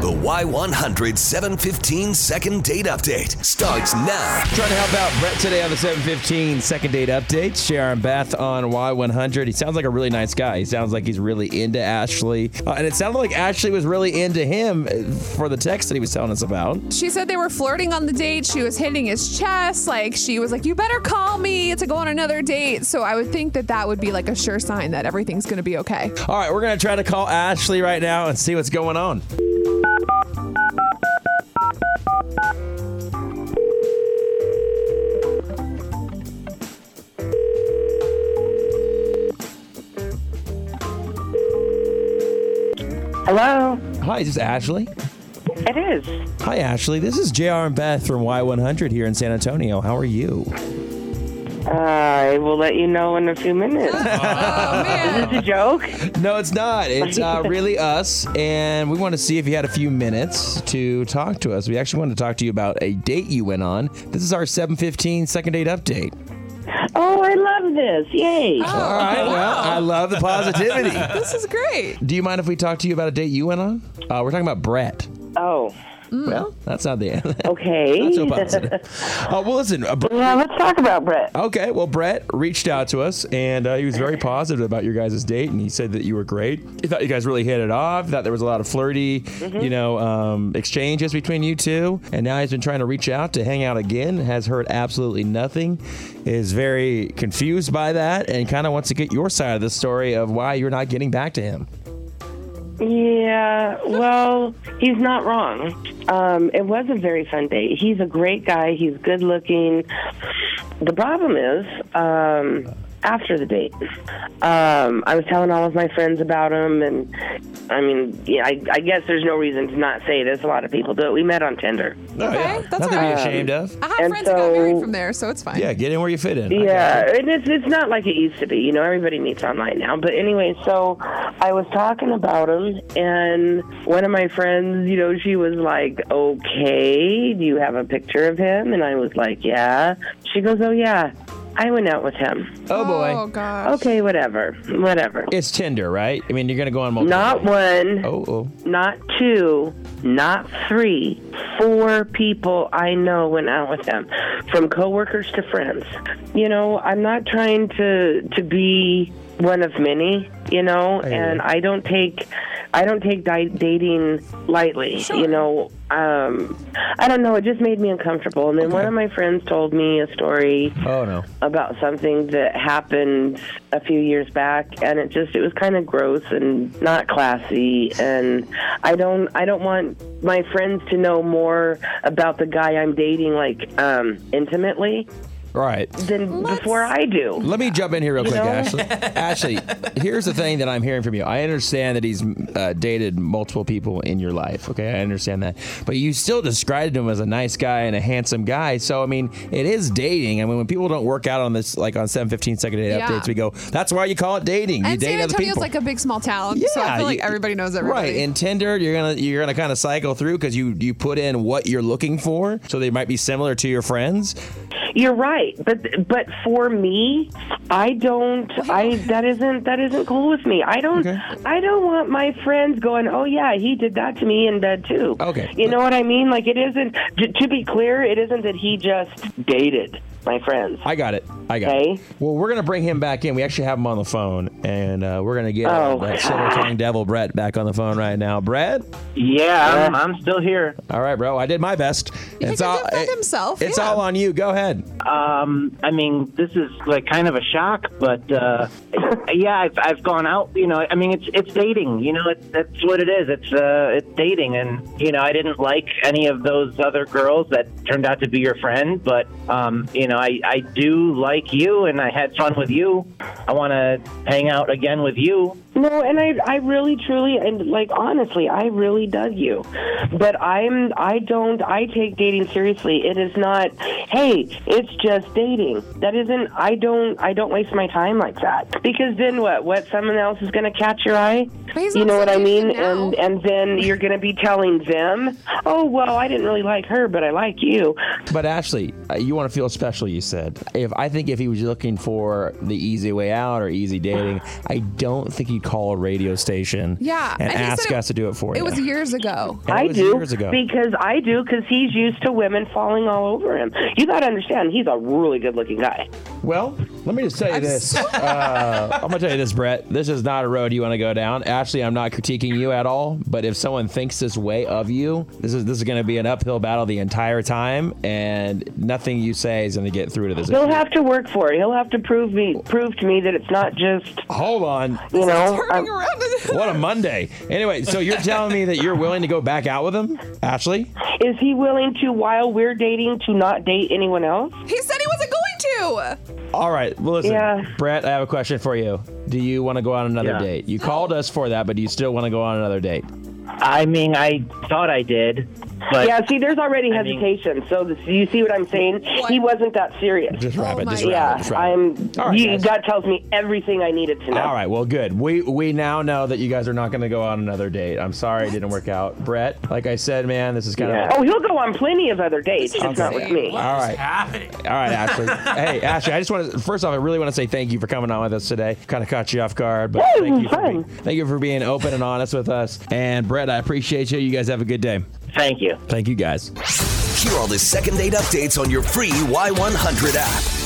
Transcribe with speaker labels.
Speaker 1: The Y100 715 second date update starts now.
Speaker 2: Trying to help out Brett today on the 715 second date update. Sharon Beth on Y100. He sounds like a really nice guy. He sounds like he's really into Ashley. Uh, and it sounded like Ashley was really into him uh, for the text that he was telling us about.
Speaker 3: She said they were flirting on the date. She was hitting his chest. Like, she was like, You better call me to go on another date. So I would think that that would be like a sure sign that everything's going to be okay.
Speaker 2: All right, we're going to try to call Ashley right now and see what's going on.
Speaker 4: Hello.
Speaker 2: Hi, is this Ashley?
Speaker 4: It is.
Speaker 2: Hi, Ashley. This is JR and Beth from Y100 here in San Antonio. How are you?
Speaker 4: I will let you know in a few minutes. Is
Speaker 3: Oh, man.
Speaker 4: this a joke?
Speaker 2: No, it's not. It's uh, really us, and we want to see if you had a few minutes to talk to us. We actually wanted to talk to you about a date you went on. This is our 715 second date update.
Speaker 4: Oh, I love this. Yay.
Speaker 3: Oh,
Speaker 2: All right. Well, I love the positivity.
Speaker 3: This is great.
Speaker 2: Do you mind if we talk to you about a date you went on? Uh, we're talking about Brett.
Speaker 4: Oh,
Speaker 2: Well, that's not the end.
Speaker 4: okay.
Speaker 2: Not so positive. Uh, well, listen. Uh, Br-
Speaker 4: yeah, let's talk about Brett.
Speaker 2: okay. Well, Brett reached out to us, and uh, he was very positive about your guys' date, and he said that you were great. He thought you guys really hit it off. Thought there was a lot of flirty,
Speaker 3: Mm-hmm.
Speaker 2: you know, um, exchanges between you two, and now he's been trying to reach out to hang out again. Has heard absolutely nothing. Is very confused by that, and kind of wants to get your side of the story of why you're not getting back to him.
Speaker 4: Yeah, well, he's not wrong. Um, it was a very fun date. He's a great guy. He's good looking. The problem is um, after the date. Um, I was telling all of my friends about him, and I mean, yeah, I, I guess there's no reason to not say this. A lot of people do it. We met on Tinder.
Speaker 2: Oh, yeah.
Speaker 3: that's
Speaker 2: Nothing to
Speaker 3: all
Speaker 2: be
Speaker 3: right.
Speaker 2: ashamed of.
Speaker 3: I have
Speaker 4: And
Speaker 3: friends that got married
Speaker 4: so-
Speaker 3: from there, so it's fine.
Speaker 2: Yeah, get in where you fit in. I
Speaker 4: Yeah,
Speaker 2: got it.
Speaker 4: and it's it's not like it used to be. You know, everybody meets online now. But anyway, so I was talking about him, and one of my friends, you know, she was like, "Okay, do you have a picture of him?" And I was like, "Yeah." She goes, "Oh yeah, I went out with him."
Speaker 2: Oh boy.
Speaker 3: Oh, gosh.
Speaker 4: Okay, whatever, whatever.
Speaker 2: It's Tinder, right? I mean, you're gonna go on multiple.
Speaker 4: Not one,
Speaker 2: Oh, oh.
Speaker 4: not two, not three, four people I know went out with him, from coworkers to friends. You know, I'm not trying to to be one of many. You know, and I don't take I don't take di- dating lightly. You know, um, I don't know. It just made me uncomfortable. And then one of my friends told me a story
Speaker 2: Oh no.
Speaker 4: about something that happened a few years back and it just it was kind of gross and not classy and I don't I don't want my friends to know more about the guy I'm dating like um intimately
Speaker 2: All right.
Speaker 4: than
Speaker 3: Let's-
Speaker 4: before I do.
Speaker 2: Let me jump in here real quick,
Speaker 4: know?
Speaker 2: Ashley. Ashley, here's the thing that I'm hearing from you. I understand that he's uh, dated multiple people in your life. Okay, I understand that, but you still described him as a nice guy and a handsome guy. So I mean, it is dating. I mean, when people don't work out on this, like on 7:15 second date
Speaker 3: Yeah.
Speaker 2: updates, we go, "That's why you call it dating. you
Speaker 3: And
Speaker 2: date
Speaker 3: San
Speaker 2: other
Speaker 3: Antonio's
Speaker 2: people."
Speaker 3: like a big small town, so I feel like
Speaker 2: you-
Speaker 3: everybody knows everybody.
Speaker 2: Right, and Tinder, you're gonna you're gonna kind of cycle through because you you put in what you're looking for, so they might be similar to your friends.
Speaker 4: You're right, but but for me, I don't I that isn't that isn't cool with me. I don't
Speaker 2: Okay.
Speaker 4: I don't want my friends going, "Oh yeah, he did that to me in bed too."
Speaker 2: Okay.
Speaker 4: You know what I mean? Like it isn't to, to be clear, it isn't that he just dated my friends.
Speaker 2: I got it. I got it.
Speaker 4: Okay.
Speaker 2: Well, we're gonna bring him back in. We actually have him on the phone, and uh, we're gonna get uh,
Speaker 4: Oh,
Speaker 2: that
Speaker 4: God.
Speaker 2: silver tongue devil Brett back on the phone right now. Brett,
Speaker 5: Yeah,
Speaker 2: Uh,
Speaker 5: I'm, I'm still here.
Speaker 2: all right, bro. I did my best.
Speaker 3: can defend himself,
Speaker 2: It's
Speaker 3: yeah.
Speaker 2: all on you. Go ahead.
Speaker 5: Um, I mean, this is like kind of a shock, but uh, yeah, I've, I've gone out. You know, I mean, it's it's dating. You know, it's, that's what it is. It's uh, it's dating, and you know, I didn't like any of those other girls that turned out to be your friend, but um, you know, I I do like you, and I had fun with you. I want to hang out again with you.
Speaker 4: No, and I I really truly and like honestly, I really dug you. But I'm I don't I take dating seriously. It is not hey, it's just dating. That isn't I don't I don't waste my time like that. Because then what? What someone else is going to catch your eye?
Speaker 3: But he's
Speaker 4: You
Speaker 3: not
Speaker 4: know what I
Speaker 3: saying
Speaker 4: mean?
Speaker 3: it now.
Speaker 4: And and then you're going to be telling them, "Oh, well, I didn't really like her, but I like you."
Speaker 2: But Ashley, uh, you want to feel special. You said if I think if he was looking for the easy way out or easy dating, I don't think he'd call a radio station
Speaker 3: Yeah,
Speaker 2: and
Speaker 3: and he
Speaker 2: ask
Speaker 3: said it-
Speaker 2: us to do it for
Speaker 3: It
Speaker 2: you.
Speaker 3: was years ago.
Speaker 2: And it
Speaker 4: I
Speaker 2: was
Speaker 4: do
Speaker 2: years ago.
Speaker 4: because I do because he's used to women falling all over him. You got to understand, he's a really good-looking guy.
Speaker 2: Well, let me just tell you this. uh, I'm gonna tell you this, Brett. This is not a road you want to go down. Actually, I'm not critiquing you at all. But if someone thinks this way of you, this is this is gonna be an uphill battle the entire time, and nothing you say is gonna get through to this.
Speaker 4: He'll have to work for it. He'll have to prove me prove to me that it's not just
Speaker 2: Hold on.
Speaker 4: you know.
Speaker 3: Turning
Speaker 4: I'm-
Speaker 3: around.
Speaker 2: What a Monday. Anyway, so you're telling me that you're willing to go back out with him, Ashley?
Speaker 4: is he willing to while we're dating to not date anyone else?
Speaker 3: he said he wasn't going to.
Speaker 2: All right. Well, listen,
Speaker 4: Yeah.
Speaker 2: Brett, I have a question for you. Do you want to go on another
Speaker 5: Yeah.
Speaker 2: date? You called us for that, but do you still want to go on another date?
Speaker 5: I mean, I thought I did, but
Speaker 4: Yeah, see, there's already
Speaker 5: I mean-
Speaker 4: hesitation. so this, you see what I'm saying?
Speaker 3: What?
Speaker 4: He wasn't that serious.
Speaker 2: Just wrap it.
Speaker 3: my
Speaker 2: Just wrap it.
Speaker 4: yeah,
Speaker 2: Just wrap it.
Speaker 4: Oh I'm.
Speaker 2: All right,
Speaker 4: you,
Speaker 2: guys.
Speaker 4: God tells me everything I needed to know.
Speaker 2: All right. Well, good. We we now know that you guys are not going to go on another date. I'm sorry it didn't work out, Brett. Like I said, man, this is kind
Speaker 4: Yeah.
Speaker 2: of.
Speaker 4: Oh, he'll go on plenty of other dates.
Speaker 3: This
Speaker 4: It's
Speaker 3: is
Speaker 4: not with
Speaker 3: insane.
Speaker 4: me.
Speaker 2: All right.
Speaker 6: happening?
Speaker 2: All right, Ashley. hey, Ashley, I just want to first off, I really want to say thank you for coming on with us today. Kind of caught you off guard, but
Speaker 4: Yeah, it
Speaker 2: thank
Speaker 4: was
Speaker 2: you, for
Speaker 4: fun.
Speaker 2: being, thank you for being open and honest with us. And Brett, I appreciate you. You guys have a good day.
Speaker 5: thank you.
Speaker 2: Thank you, guys.
Speaker 1: Hear all the second date updates on your free Y100 app.